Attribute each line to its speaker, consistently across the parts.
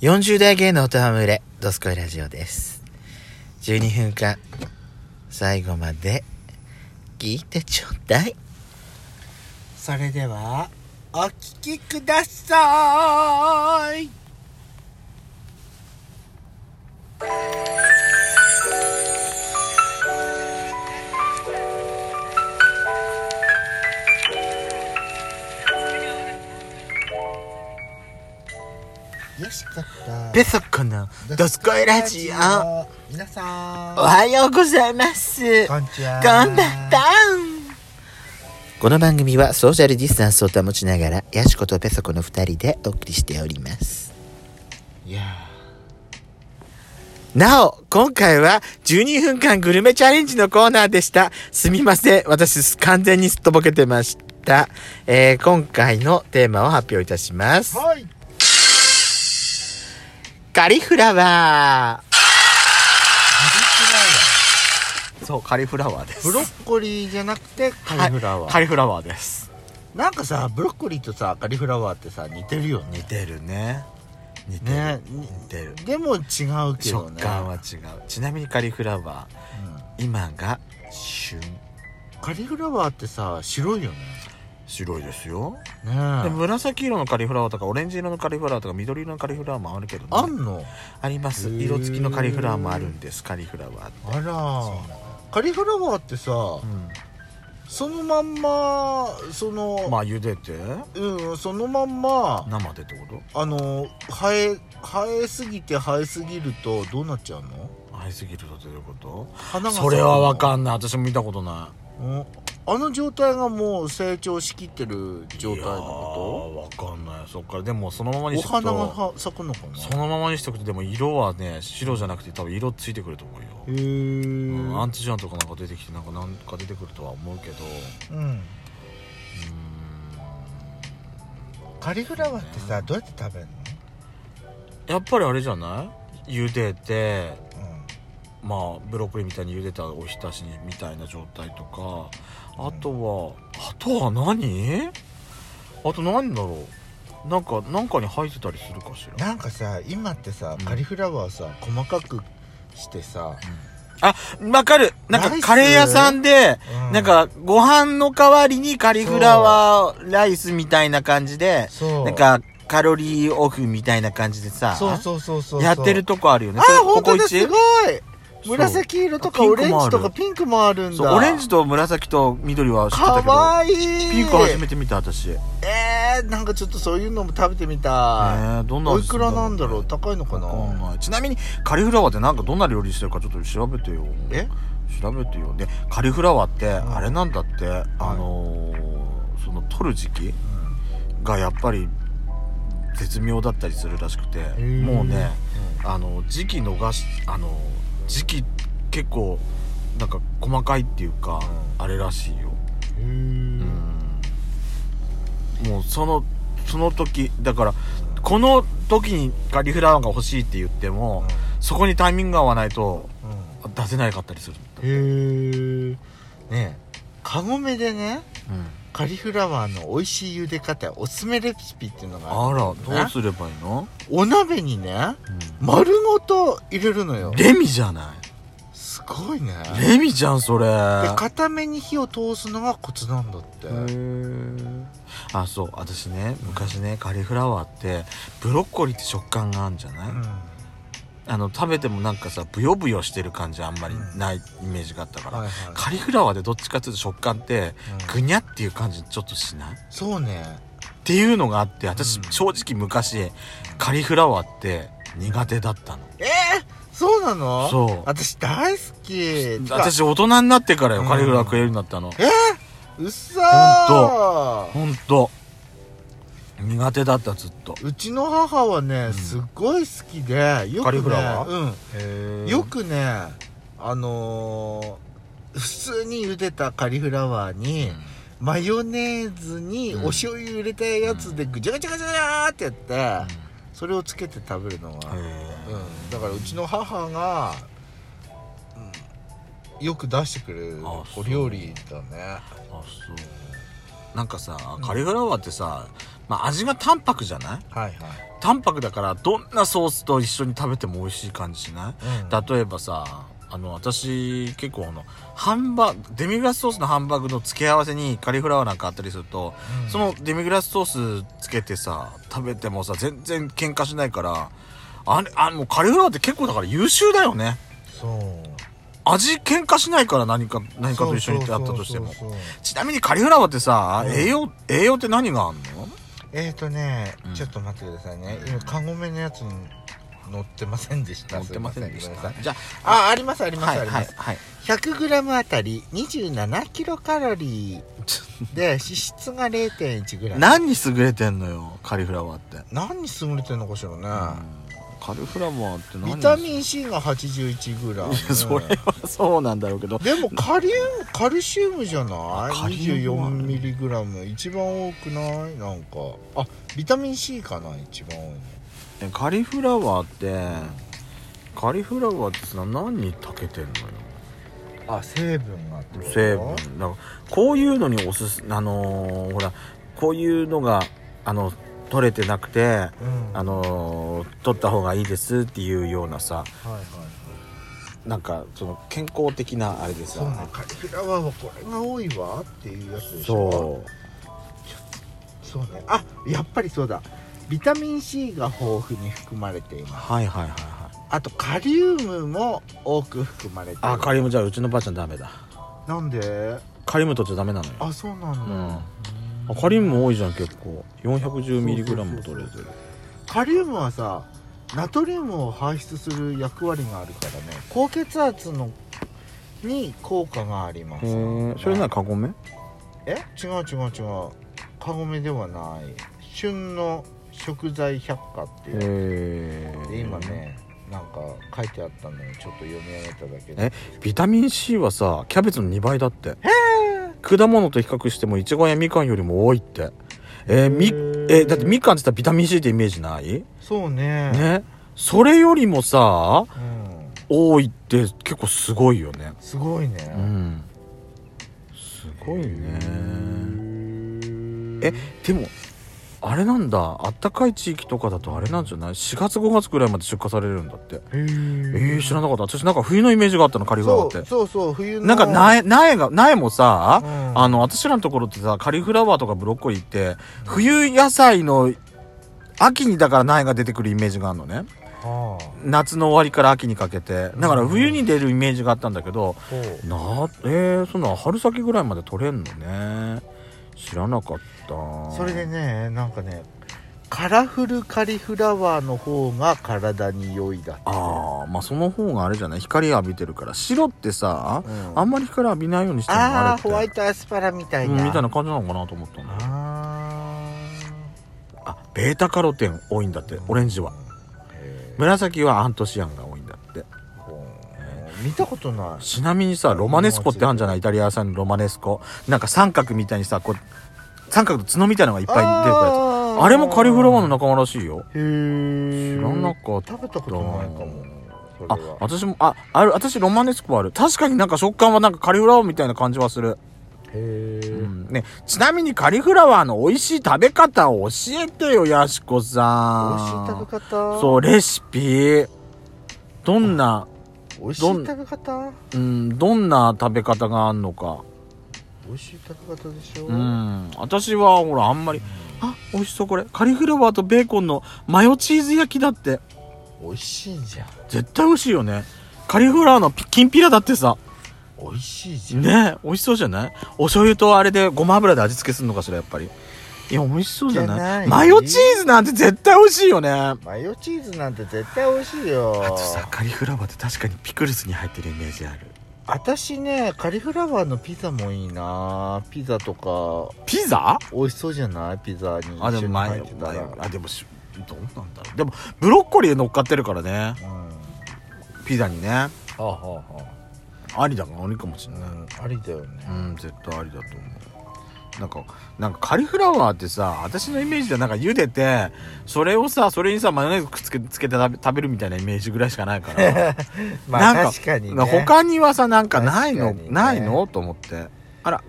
Speaker 1: 40代芸能とはむれ、ドスコイラジオです。12分間、最後まで、聞いてちょうだい。それでは、お聞きください。
Speaker 2: よしかった
Speaker 1: ペソコのドスコイラジオ。
Speaker 2: 皆さん
Speaker 1: おはようございます。
Speaker 2: こんにちは
Speaker 1: こんばんたんこの番組はソーシャルディスタンスを保ちながらヤシコとペソコの2人でお送りしております
Speaker 2: いや
Speaker 1: なお今回は12分間グルメチャレンジのコーナーでしたすみません私完全にすっとぼけてました、えー今回のテーマを発表いたします
Speaker 2: はい
Speaker 1: カリフラワ
Speaker 2: カ
Speaker 1: ーそうカリフラワーで
Speaker 2: リフラワーブロッコリーじゃなくてカリフラワー、
Speaker 1: リフラワーです
Speaker 2: なんかさブロッコリーとさカリフラワーってさ似てるよ
Speaker 1: 似
Speaker 2: ね
Speaker 1: てるね似てる、
Speaker 2: ね
Speaker 1: 似てる
Speaker 2: でも違うけど
Speaker 1: 食
Speaker 2: ね
Speaker 1: 感は違うちなみにカリフラワー
Speaker 2: うん
Speaker 1: 今が旬
Speaker 2: カリフラワーってさ白いよね
Speaker 1: 白いですよ、
Speaker 2: ね
Speaker 1: で
Speaker 2: え
Speaker 1: 紫色のカリフラワーとかオレンジ色のカリフラワーとか緑色のカリフラワーもあるけど、ね、
Speaker 2: あんの
Speaker 1: あります
Speaker 2: へー
Speaker 1: 色付きのカリフラワーもあるんですカリフラワー
Speaker 2: あらカリフラワーってさ、
Speaker 1: う
Speaker 2: そのまんまその、
Speaker 1: んまあ茹でて
Speaker 2: うんそのまんま
Speaker 1: 生でってこ
Speaker 2: あの生え生えすぎて生えすぎるとどうなっちゃうの
Speaker 1: と生えすぎるとどういうこ
Speaker 2: 花
Speaker 1: と
Speaker 2: が
Speaker 1: それはわか
Speaker 2: ん
Speaker 1: んない私も見たことない
Speaker 2: あの状態がもう成長しきってる状態のこ
Speaker 1: いやーわかんないそっからでもそのまま
Speaker 2: と
Speaker 1: に
Speaker 2: お
Speaker 1: しとく
Speaker 2: 花が
Speaker 1: と
Speaker 2: は咲くのかな
Speaker 1: そのままにしとくとでも色はね白じゃなくて多分色ついてくると思うよ
Speaker 2: へー
Speaker 1: うんアンチジャンとかなんか出てきてなんかなんか出てくるとは思うけど
Speaker 2: うん
Speaker 1: う
Speaker 2: カリフラワーってさどうやって食べるの、
Speaker 1: ーんやっぱりあれじゃない茹でてまあブロッコリーみたいに茹でたおひたしみたいな状態とかあとはあとは何あと何だろうなんかなんかに入ってたりするかし
Speaker 2: うん、
Speaker 1: ら
Speaker 2: なんかさ今ってさ
Speaker 1: うん
Speaker 2: カリフラワーさ細かくしてさ、
Speaker 1: あわかるなん
Speaker 2: ラ
Speaker 1: か
Speaker 2: イス
Speaker 1: カレー屋さんで
Speaker 2: う
Speaker 1: なんかご飯の代わりにカリフラワーライスみたいな感じで
Speaker 2: そう
Speaker 1: なんかカロリーオフみたいな感じでさ
Speaker 2: そうそうそうそうそう
Speaker 1: やってるとこあるよね
Speaker 2: あ
Speaker 1: それ
Speaker 2: ー本当
Speaker 1: ココ
Speaker 2: だ
Speaker 1: イチ
Speaker 2: すごい
Speaker 1: そう
Speaker 2: 紫色とか
Speaker 1: あピン
Speaker 2: オ
Speaker 1: ク
Speaker 2: レン
Speaker 1: もあ
Speaker 2: ジ
Speaker 1: る
Speaker 2: とかピンクもあるん
Speaker 1: そう
Speaker 2: だ
Speaker 1: オレンジと紫と緑は知ってた
Speaker 2: か
Speaker 1: けど
Speaker 2: わいい
Speaker 1: ピンク初めて見た私え
Speaker 2: えー、なんかちょっとそういうのも食べてみた
Speaker 1: ー、ど
Speaker 2: い、
Speaker 1: んな
Speaker 2: お
Speaker 1: 味
Speaker 2: い
Speaker 1: す
Speaker 2: く
Speaker 1: る
Speaker 2: ら
Speaker 1: ん
Speaker 2: なんだろ
Speaker 1: う
Speaker 2: う高いのかな
Speaker 1: わかんないちなみにカリフラワーってなんかどんな料理してるかちょっと調べてよ
Speaker 2: え
Speaker 1: 調べてよでカリフラワーって
Speaker 2: ん
Speaker 1: あれなんだって、あのー、その取る時期がやっぱり絶妙だったりするらしくて
Speaker 2: ー
Speaker 1: もうねあの時期逃しあの時期結構なんか細かいっていうか、あれらしいよ
Speaker 2: うん
Speaker 1: もうそのその時だからこの時にカリフラワーが欲しいって言っても、そこにタイミングが合わないと出せなかったりする、
Speaker 2: へえねえカゴメでねカリフラワーの美味しい茹で方おすすめレシピっていうのが
Speaker 1: あらど
Speaker 2: るんだよ
Speaker 1: う
Speaker 2: ね
Speaker 1: すればいいの、
Speaker 2: お鍋にね丸ごと入れるのよ
Speaker 1: レミじゃな
Speaker 2: すごいね
Speaker 1: いレミじゃんそれ
Speaker 2: で固めに火を通すのがコツなんだって
Speaker 1: あそう私ね昔ねカリフラワーってブロッコリーって食感があるんじゃない、
Speaker 2: は
Speaker 1: あの食べてもなんかさブヨブヨしてる感じあんまりないイメージがあったから、
Speaker 2: いはい
Speaker 1: カリフラワーでどっちかっていうと食感って
Speaker 2: うん
Speaker 1: ぐにゃっていう感じちょっとしないっ
Speaker 2: そうね
Speaker 1: ていうのがあって私
Speaker 2: うん
Speaker 1: 正直昔カリフラワーって苦手だったの
Speaker 2: えー、そうなの
Speaker 1: そう
Speaker 2: 私大好き
Speaker 1: 私大人になってからよ
Speaker 2: うん
Speaker 1: カリフラワー食えるようになったの
Speaker 2: えー、うっさー
Speaker 1: ほんと苦手だったずっと
Speaker 2: うちの母はね、
Speaker 1: ん
Speaker 2: すっごい好きでよくね
Speaker 1: カリフラワ
Speaker 2: うんよくねあのー普通に茹でたカリフラワーに、マヨネーズに
Speaker 1: うん
Speaker 2: お醤油入れたやつでぐちゃぐちゃぐちゃぐちゃってやって、それをつけて食べるのが、うん、だからうちの母が、うん、よく出してくれる
Speaker 1: あそう
Speaker 2: お料理だね
Speaker 1: あそうなんかさカリフラワーってさまあ味が淡白じゃない
Speaker 2: はい
Speaker 1: 淡白だからどんなソースと一緒に食べても美味しい感じしない
Speaker 2: はい、うん、
Speaker 1: 例えばさあの私結構あのハンバデミグラスソースのハンバーグの付け合わせにカリフラワーなんかあったりすると、
Speaker 2: うん
Speaker 1: そのデミグラスソースつけてさ食べてもさ全然喧嘩しないからあれあもうカリフラワーって結構だから優秀だよね
Speaker 2: そう
Speaker 1: 味喧嘩しないから何か何かと一緒にあったとしても
Speaker 2: そうそうそうそう
Speaker 1: ちなみにカリフラワーってさ、
Speaker 2: うん
Speaker 1: 栄養栄養って何があんの
Speaker 2: えーとね、
Speaker 1: うん
Speaker 2: ちょっと待ってくださいね今カゴメのやつに乗ってませんでした
Speaker 1: 持ってませんでし
Speaker 2: すいませ
Speaker 1: た
Speaker 2: ごめんなさい
Speaker 1: じゃ
Speaker 2: あありますあり
Speaker 1: あ
Speaker 2: ます、
Speaker 1: は
Speaker 2: あ
Speaker 1: いは
Speaker 2: り
Speaker 1: い
Speaker 2: ます
Speaker 1: はい
Speaker 2: 100g あたり 27kcal で脂質が 0.1g
Speaker 1: 何に優れてんのよカリフラワーって
Speaker 2: 何に優れてんのかしらね、
Speaker 1: カリフラワーって何
Speaker 2: ビタミ
Speaker 1: ン
Speaker 2: ン C が 81g
Speaker 1: いや それはそうなんだろうけど
Speaker 2: でもカリウムカルシウムじゃない
Speaker 1: カリウムはある
Speaker 2: 24mg 一番多くないなんかあビタミン C かな一番多いの
Speaker 1: えカリフラワーってカリフラワーってさ何に長けてんのよ
Speaker 2: あ成分がってこと
Speaker 1: 成分だからこういうのにおすすあのーほらこういうのがあの取れてなくて
Speaker 2: うん
Speaker 1: あのー取った方がいいですっていうようなさ
Speaker 2: はいはいはい
Speaker 1: なんかその健康的なあれで
Speaker 2: そうね
Speaker 1: さ
Speaker 2: カリフラワーはこれが多いわっていうやつでしょ
Speaker 1: そう
Speaker 2: そうねあやっぱりそうだビタミン C が豊富に含まれています
Speaker 1: はいはいはいはい
Speaker 2: あとカリウムも多く含まれています
Speaker 1: あカリウムじゃあうちのばあちゃんダメだ
Speaker 2: なんで
Speaker 1: カリウム取っちゃダメなのよ
Speaker 2: あそうなんだ、
Speaker 1: うん、カリウムも多いじゃん結構 410mg も取れてる
Speaker 2: カリウムはさナトリウムを排出する役割があるからね高血圧のに効果があります
Speaker 1: へえそれならカゴメ
Speaker 2: え違う違う違うカゴメではない旬の食材百科っていう
Speaker 1: へ
Speaker 2: で今ねなんか書いてあったのにちょっと読み上げただけで
Speaker 1: えビタミン C はさキャベツの2倍だって果物と比較してもいちごやみかんよりも多いってえーみ
Speaker 2: へー
Speaker 1: えだってみかんって言ったらビタミン C ってイメージない
Speaker 2: そうね
Speaker 1: ねそれよりもさ
Speaker 2: うん
Speaker 1: 多いって結構すごいよね
Speaker 2: すごいね、
Speaker 1: うんすごいね
Speaker 2: え
Speaker 1: えでもあれなんだあったかい地域とかだとあれなんじゃない4月5月ぐらいまで出荷されるんだって
Speaker 2: え
Speaker 1: え
Speaker 2: ー
Speaker 1: ー、知らなかった私なんか冬のイメージがあったのカリフラワ
Speaker 2: そ
Speaker 1: ー
Speaker 2: う
Speaker 1: って
Speaker 2: そうそう冬の
Speaker 1: なんか
Speaker 2: い、
Speaker 1: 苗苗が苗も
Speaker 2: う
Speaker 1: さ、
Speaker 2: ん
Speaker 1: あの私らのところってさカリフラワーとかブロッコリーって冬野菜の秋にだから苗が出てくるイメージがあるのね
Speaker 2: はあ
Speaker 1: 夏の終わりから秋にかけてだから冬に出るイメージがあったんだけど、
Speaker 2: そう
Speaker 1: なえー、そんな春先ぐらいまで取れんのね知らなかった
Speaker 2: それでねなんかねカラフルカリフラワーの方が体に良いだって
Speaker 1: ああまあその方があれじゃない光浴びてるから白ってさ、
Speaker 2: うん
Speaker 1: あんまり光浴びないようにしてもあ
Speaker 2: あ
Speaker 1: れっ
Speaker 2: ー
Speaker 1: て
Speaker 2: ホワイトアスパラみたい
Speaker 1: うん
Speaker 2: な、
Speaker 1: みたいな感じなのかなと思ったんだ
Speaker 2: あ
Speaker 1: あベータカロテン多いんだってオレンジは
Speaker 2: ーへー
Speaker 1: 紫はアントシアンが多いんだって
Speaker 2: ほう見たことない
Speaker 1: ちなみにさロマネスコってあるんじゃないイタリア屋さんのロマネスコなんか三角みたいにさこう三角の角みたいのがいっぱい出てくるやつ
Speaker 2: あ
Speaker 1: あれもカリフラワーの
Speaker 2: 中
Speaker 1: 仲間らしいよ
Speaker 2: へ
Speaker 1: 知
Speaker 2: え
Speaker 1: らなかった
Speaker 2: 食べたことないかもそ
Speaker 1: あ
Speaker 2: れは
Speaker 1: 私もあある私ロマネスコある確かになんか食感はなんかカリフラワーみたいな感じはする
Speaker 2: へえ、
Speaker 1: うんね、ちなみにカリフラワーの美味しい食べ方を教えてよ、やしこさん。
Speaker 2: 美味しい食べ方
Speaker 1: そう、レシピ。どんな、
Speaker 2: 美味しい食べ方
Speaker 1: うん、どんな食べ方があんのか。
Speaker 2: 美味しい食べ方でしょ
Speaker 1: うん。私は、ほら、あんまり、あ、美味しそう、これ。カリフラワーとベーコンのマヨチーズ焼きだって。
Speaker 2: 美味しいじゃん
Speaker 1: 絶対美味しいよね。カリフラワーのピきんぴらだってさ。
Speaker 2: 美味しいじゃん
Speaker 1: ね美味しそうじゃないお醤油とあれでごま油で味付けするのかしら、やっぱり。いや、美味しそうじゃ
Speaker 2: じゃ
Speaker 1: な
Speaker 2: ないい
Speaker 1: マヨチーズなんて絶対美味しいよね。
Speaker 2: マヨチーズなんて絶対美味しいよ
Speaker 1: あとさカリフラワーって確かにピクルスに入ってるイメージある
Speaker 2: 私ねカリフラワーのピザもいいなピザとか
Speaker 1: ピザ
Speaker 2: 美味しそうじゃないピザに
Speaker 1: あで
Speaker 2: 一緒
Speaker 1: も
Speaker 2: に
Speaker 1: マ
Speaker 2: 入
Speaker 1: ヨ
Speaker 2: ってた
Speaker 1: マ
Speaker 2: ら
Speaker 1: ヨあでもしどうなんだろうでもブロッコリー乗っかってるからね
Speaker 2: うんは
Speaker 1: ピザにね
Speaker 2: あはあは
Speaker 1: ありだからありかもし
Speaker 2: あ
Speaker 1: れ
Speaker 2: うん
Speaker 1: ない
Speaker 2: ありだよね
Speaker 1: うん絶対ありだと思うなんかなんかカリフラワーってさ私のイメージではなんか茹でてそれをさそれにさマヨネーズくっつけつけて食べ食べるみたいなイメージぐらいしか ないから
Speaker 2: まあ
Speaker 1: なん
Speaker 2: 確かにね
Speaker 1: 他にはさなんかないの
Speaker 2: 確かにね
Speaker 1: ないのと思ってあら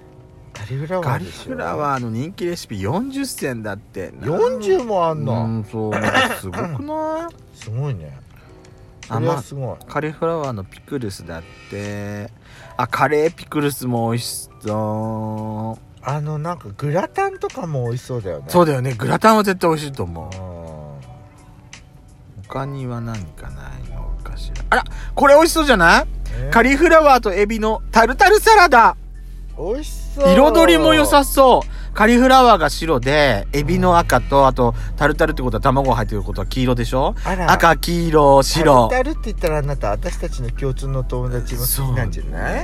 Speaker 3: カリフラワ
Speaker 1: カ
Speaker 3: ー
Speaker 1: リ
Speaker 3: でしょ
Speaker 1: フラワーの人気レシピ40選だって
Speaker 2: 40もあん
Speaker 1: う
Speaker 2: の
Speaker 1: んそうすごくない
Speaker 2: すごいねそ
Speaker 1: 甘い
Speaker 2: れはすごい
Speaker 1: カリフラワーのピクルスだってあカレーピクルスも美味しそ
Speaker 2: あのなんかグラタンとかも美味しそうだよね
Speaker 1: うそううだよねグラタンは絶対美味しいと思うん他には何かないのかしらあらこれ美味しそうじゃない
Speaker 2: え
Speaker 1: カリフラワーとエビのタルタルサラダ
Speaker 2: 美味しそう
Speaker 1: 彩りも良さそうカリフラワーが白でエビの赤とあとタルタルってことは卵が入ってることは黄色でしょ
Speaker 2: あら
Speaker 1: 赤黄色白
Speaker 2: タルタルって言ったらあなた私たちの共通の友達も好きなんじゃな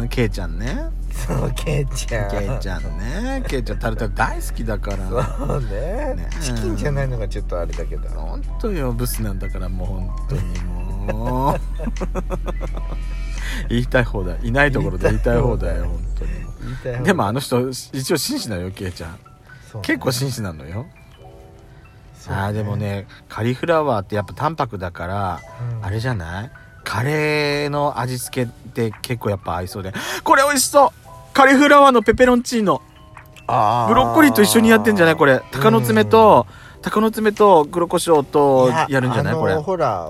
Speaker 2: い
Speaker 1: いうんケイちゃんね
Speaker 2: そうケイちゃん
Speaker 1: ケイちゃんねケイちゃんタルタル大好きだから
Speaker 2: そうね
Speaker 1: ね
Speaker 2: チキンじゃないのがちょっとあれだけど
Speaker 1: ほんとよブスなんだからもう本当に もう言いたい放題いないところで言いたい放題よ本当に
Speaker 2: 言いたい放題
Speaker 1: でもあの人一応紳士なのよケイちゃん
Speaker 2: そうね
Speaker 1: 結構紳士なのよ
Speaker 2: そう
Speaker 1: あーでもねカリフラワーってやっぱ淡白だから
Speaker 2: うん
Speaker 1: あれじゃないカレーの味付けって結構やっぱ合いそうでこれ美味しそうカリフラワーのペペロンチーノ
Speaker 2: あー
Speaker 1: ブロッコリーと一緒にやってんじゃないこれ鷹の爪と鷹の爪と黒胡椒とやるんじゃない
Speaker 2: あの
Speaker 1: これ
Speaker 2: ほら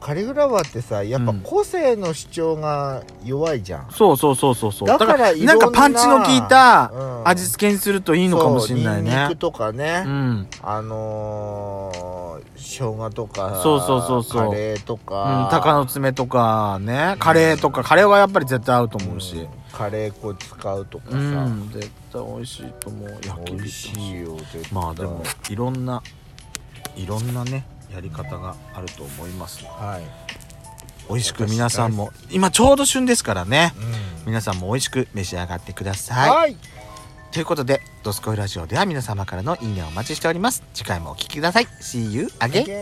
Speaker 2: カリフラワーってさやっぱ
Speaker 1: うん
Speaker 2: 個性の主張が弱いじゃん、
Speaker 1: そうそうそうそうそう
Speaker 2: だからいろ
Speaker 1: なん
Speaker 2: んな
Speaker 1: かパンチの効いた
Speaker 2: うん
Speaker 1: 味付けにするといいのかもしんない
Speaker 2: そうニンニ
Speaker 1: ね
Speaker 2: クとかね、
Speaker 1: うん
Speaker 2: あのー、生姜とか
Speaker 1: そうそうそうそう
Speaker 2: カレーとか、
Speaker 1: うん、鷹の爪とかねカレーとかカレーはやっぱり絶対合うと思うし
Speaker 2: カレー粉使うとかさ、
Speaker 1: うん絶対美味しいと思う焼き
Speaker 2: 美
Speaker 1: 美
Speaker 2: 味
Speaker 1: 味
Speaker 2: し
Speaker 1: しい
Speaker 2: いよ絶対
Speaker 1: まあでもいろんないろんなねやり方があると思います
Speaker 2: はい、
Speaker 1: 美味しく皆さんも今ちょうど旬ですからね
Speaker 2: うん
Speaker 1: 皆さんも美味しく召し上がってください、
Speaker 2: はい、
Speaker 1: ということで「ドスコイラジオ」では皆様からのいいねをお待ちしております次回もお聴きください See you again!